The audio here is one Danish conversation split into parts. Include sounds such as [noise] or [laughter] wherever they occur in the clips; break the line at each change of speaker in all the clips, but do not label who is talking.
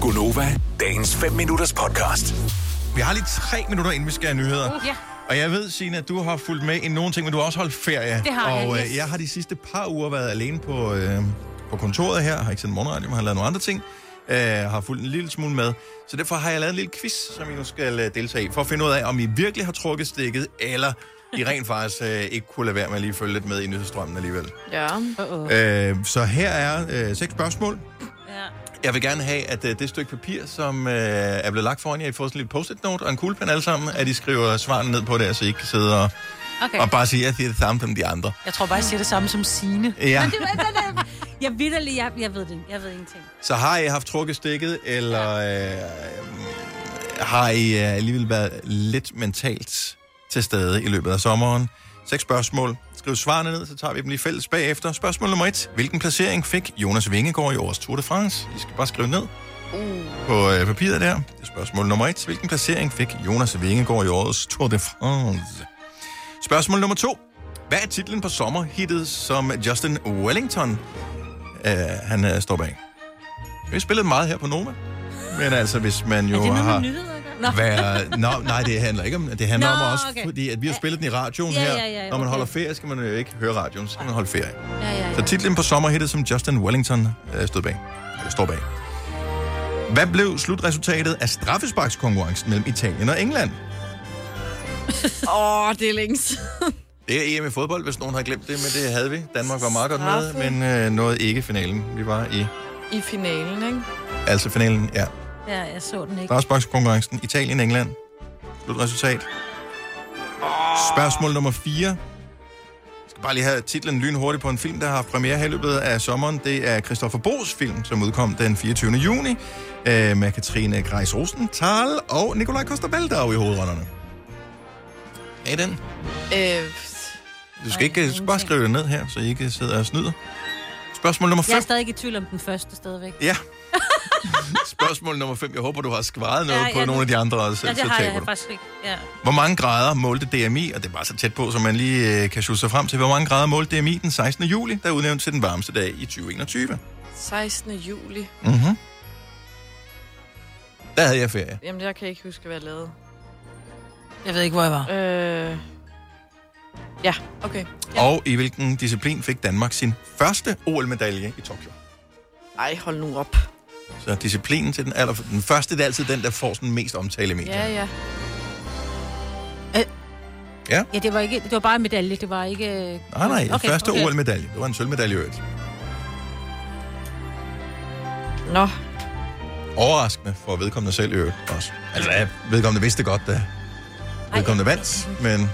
Gunova, dagens 5 minutters podcast.
Vi har lige tre minutter, inden vi skal have nyheder.
Ja.
Og jeg ved, Signe, at du har fulgt med i nogle ting, men du har også holdt ferie.
Det har jeg,
Og
yes.
øh, jeg har de sidste par uger været alene på, øh, på kontoret her. Har ikke sendt morgenradio, men har lavet nogle andre ting. Øh, har fulgt en lille smule med. Så derfor har jeg lavet en lille quiz, som I nu skal øh, deltage i, for at finde ud af, om I virkelig har trukket stikket, eller
[laughs]
I rent faktisk øh, ikke kunne lade være med at lige følge lidt med i nyhedsstrømmen alligevel.
Ja.
Øh, så her er øh, seks spørgsmål.
Ja.
Jeg vil gerne have, at øh, det stykke papir, som øh, er blevet lagt foran jer, I får sådan en lille post-it note og en kuglepen alle sammen, at I skriver svarene ned på det, så I ikke kan sidde og,
Okay.
og bare sige, at det er det samme som de andre.
Jeg tror bare, jeg siger det samme som Signe.
Ja.
Men det, var- den er- jeg vidderlig, jeg, jeg ved det. Jeg ved ingenting.
Så har I haft trukket stikket, eller øh, har I øh, alligevel været lidt mentalt til stede i løbet af sommeren? Seks spørgsmål. Skriv svarene ned, så tager vi dem lige fælles bagefter. Spørgsmål nummer et. Hvilken placering fik Jonas Vingegaard i årets Tour de France? I skal bare skrive ned. på øh, papiret der. Det er spørgsmål nummer et. Hvilken placering fik Jonas Vingegaard i årets Tour de France? Spørgsmål nummer to. Hvad er titlen på sommerhittet, som Justin Wellington øh, han øh, står bag? Vi har spillet meget her på Noma. Men altså, hvis man jo
er det noget
har
med nyheder? der? Nå.
været... Nå, nej, det handler ikke om det. Det handler
Nå,
om også,
okay.
fordi at vi har spillet den i radioen
Ja,
her.
ja, ja,
Når man
okay.
holder ferie, skal man jo ikke høre radioen, så skal man holde ferie.
Ja, ja,
Så
ja.
titlen på sommerhittet, som Justin Wellington øh, stod bag, eller står bag. Hvad blev slutresultatet af straffesparkskonkurrencen mellem Italien og England?
Åh, oh, det er længe siden.
Det er EM i fodbold, hvis nogen har glemt det, men det havde vi. Danmark var meget godt med, men øh, nåede ikke finalen. Vi var i,
I finalen, ikke?
altså finalen, ja.
ja, jeg så den ikke.
Straffesparkskonkurrencen, Italien-England. Slutresultat. Spørgsmål nummer 4. Jeg skal bare lige have titlen lynhurtigt på en film, der har haft premiere her i løbet af sommeren. Det er Christoffer Bo's film, som udkom den 24. juni øh, med Katrine Greis Rosenthal og Nikolaj Koster-Valdau i hovedrollerne. Er I den?
Øh,
Du skal, ikke, du skal bare
ingenting.
skrive det ned her, så I ikke sidder og snyder. Spørgsmål nummer 5.
Jeg er stadig i tvivl om den første stadigvæk.
Ja. [laughs] Spørgsmål nummer 5. Jeg håber, du har svaret noget
Ja,
ja, på
ja,
nogle af de andre også.
Ja,
så
det har
taber
jeg
du.
faktisk ikke. Ja.
Hvor mange grader målte DMI, og det er bare så tæt på, som man lige øh, kan sjusse sig frem til, hvor mange grader målte DMI den 16. juli, der er udnævnt til den varmeste dag i 2021.
16. juli.
Mm-hmm. Der havde jeg ferie.
Jamen, jeg kan ikke huske, hvad jeg lavede.
Jeg ved ikke, hvor jeg var.
Øh, ja, okay.
Ja. Og i hvilken disciplin fik Danmark sin første OL-medalje i Tokyo?
Ej, hold nu op.
Så disciplinen til den, aller, den første, det er altid den, der får sådan mest omtale i medierne.
Ja, ja.
Ja, det var, ikke, det var bare en medalje, det var ikke...
Nej, Ah, nej, okay, første okay. OL-medalje. Det var en sølvmedalje i øvrigt.
Nå,
Overraskende for vedkommende selv i øvrigt også. Altså, ja, vedkommende vidste godt, da vedkommende vandt, men...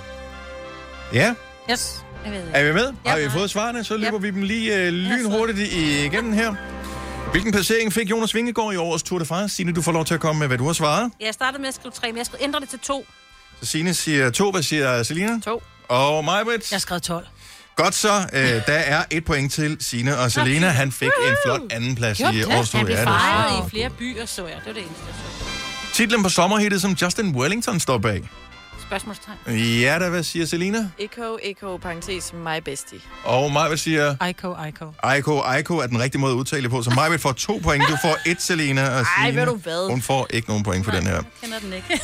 Ja,
Yes, jeg ved
Er
ikke.
vi med?
Ja.
Har vi fået svarene? Så løber vi dem lige øh, lynhurtigt igennem her. Hvilken placering fik Jonas Vingegaard i årets Tour de France? Signe, du får lov til at komme med, hvad du har svaret.
Jeg startede med at skrive tre, men jeg skulle ændre det til to.
Så Signe siger to, hvad siger Selina?
to.
Og Majbrit?
Jeg skrev 12.
Godt så, øh, der er et point til Signe og Selina. Han fik en flot andenplads i årets Tour
Han
de
blev
France.
fejret i flere byer, så jeg. Det var det eneste, jeg så.
Titlen på sommerhittet, som Justin Wellington står bag.
Spørgsmålstegn.
Ja, da, hvad siger Selina?
Eko, eko, parentes, my bestie.
Og Majbrit siger...
Iko, Iko.
Aiko, Aiko er den rigtige måde at udtale det på. Så Majbet får to point. Du får et, Selena. Og
Ej,
Signe,
ved du hvad?
Hun får ikke nogen point for den her.
Jeg kender den
[laughs]
ikke.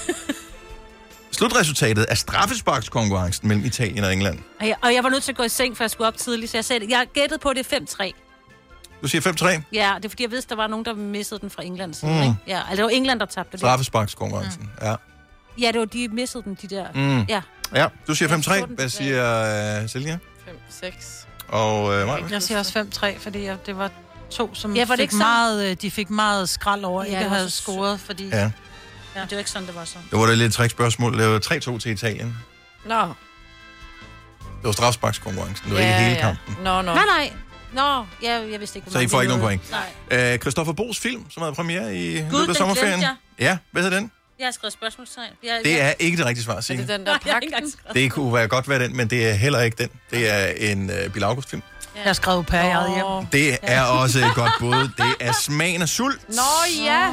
Slutresultatet er straffesparkskonkurrencen mellem Italien og England.
Og jeg, og jeg var nødt til at gå i seng, for jeg skulle op tidligt, så jeg sagde, jeg gættede på, at det er 5-3.
Du siger 5-3.
Ja, det er fordi, jeg vidste, der var nogen, der missede den fra Englands side. Mm. Ikke? Ja, altså det var England, der tabte det.
Straffesparkskonkurrencen. Ja.
Ja, det var de missede den, de der. Mm. Ja.
ja. Du siger
Jeg så
5-3.
den
Hvad
tilbage.
siger uh, Selina
5, 6.
og øh, Majbet?
Jeg siger også 5-3, fordi jeg, det var to, som
Ja, var
ja,
det
fik
ikke
ikke
sådan?
meget, øh, de fik meget skrald over,
Ja,
ja, ikke
det
at
var
have
så
scoret, fordi... Ja.
Ja.
ja. Det var ikke sådan, det var så.
Det var da lidt trækspørgsmål. Det var 3-2 til Italien.
Nå.
Det var straffesparkskonkurrencen. Det var
ja,
ikke hele
ja.
kampen.
Nå, nå.
Nej, nej. Nå, ja, jeg vidste ikke, hvor
Så I
meget
får
det
ikke nogen
nåede.
point.
Nej.
Øh, Christoffer Bo's film, som havde premiere i løbet af
den
sommerferien.
glemte
Ja, hvad hedder den?
Jeg har skrevet spørgsmålstegn. Jeg,
Det
jeg,
er ikke det rigtige svar,
Er
Signe.
det den [laughs]
Nej,
der
jeg har ikke
pakken?
engang skrevet.
Det kunne være godt være den, men det er heller ikke den. Det er en øh, Bill August film.
Jeg skrev au pair i eget hjem.
Åh.
Det er også et godt bud. Det er smagen af sult.
Nå, ja.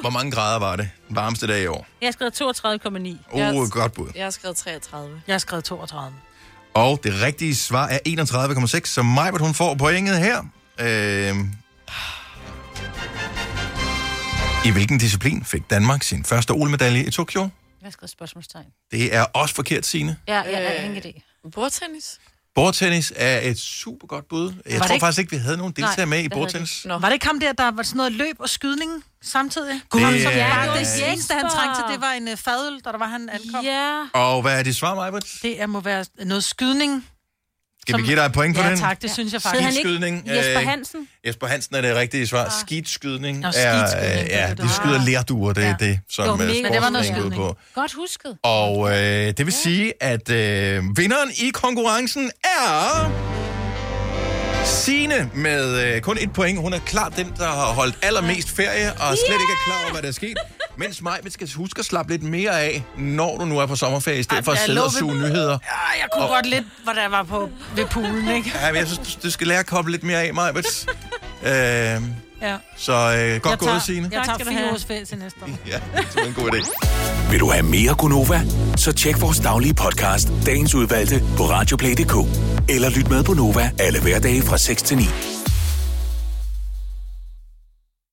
Hvor mange grader var det den varmeste dag i år?
Jeg har skrevet 32,9.
Uh,
Yes.
yes. godt bud.
Jeg har skrevet 33.
Jeg skrev 32.
Og det rigtige svar er 31,6, Øhm. så Majbert hun får pointet her. Øh, I hvilken disciplin fik Danmark sin første OL-medalje i Tokyo?
Jeg skal spørgsmålstegn.
Det er også forkert, Signe.
Ja, ja, jeg
Øh,
har ingen idé.
Bordtennis?
Bordtennis er et super godt bud. Jeg
Var det
tror
ikke-
faktisk ikke, vi havde nogen deltager
Nej,
med i
det havde vi
bordtennis.
Nå.
Var det ikke ham der, der var sådan noget løb og skydning samtidig? Gud,
Det
han så
er-
bare
Ja, det
det
var
eneste, han
Jesper.
trængte til, det var en øh, fadøl, da der var, han ankom. Ja.
Ja.
Og hvad er dit svar, Majbert?
Det er, må være noget skydning.
Skal vi
Som-
give dig et point for
Ja
den?
tak, det synes jeg
Hed
faktisk.
han ikke
Skydning, øh,
Jesper Hansen? Ah.
Jesper Hansen er det rigtige svar. Skidskydning
Nå,
er...
skidskydning,
Øh,
det
ja,
var det,
de
der
skyder
var.
lerduer, det er
Ja.
det,
Det
som
var
øh,
mega- Men det
var noget
sportsgren går ud på.
skydning.
Godt husket.
Og øh, det vil sige, at øh, vinderen i konkurrencen er... Sine med øh, kun et point. Hun er klart den, der har holdt allermest ferie, og slet ikke er klar over, hvad der er sket. Mens mig, vi skal huske at slappe lidt mere af, når du nu er på sommerferie, i stedet for at
jeg
sidde og
lå ved-
suge nyheder.
Ah, jeg kunne
Og-
og... godt lidt, hvor der var på, ved poolen, ikke?
Ja, men jeg synes, du skal lære at koble lidt mere af, mig. Øh, så øh, godt
[laughs] Ja. Jeg tager-
gået, Signe.
Jeg
Tak
tager
skal du
fire
have.
års ferie til næste år.
Ja, det var en god idé.
Vil du have mere Gunova? Så tjek vores daglige podcast, dagens udvalgte, på radioplay.dk. Eller lyt med på Nova alle hverdage fra 6 til 9.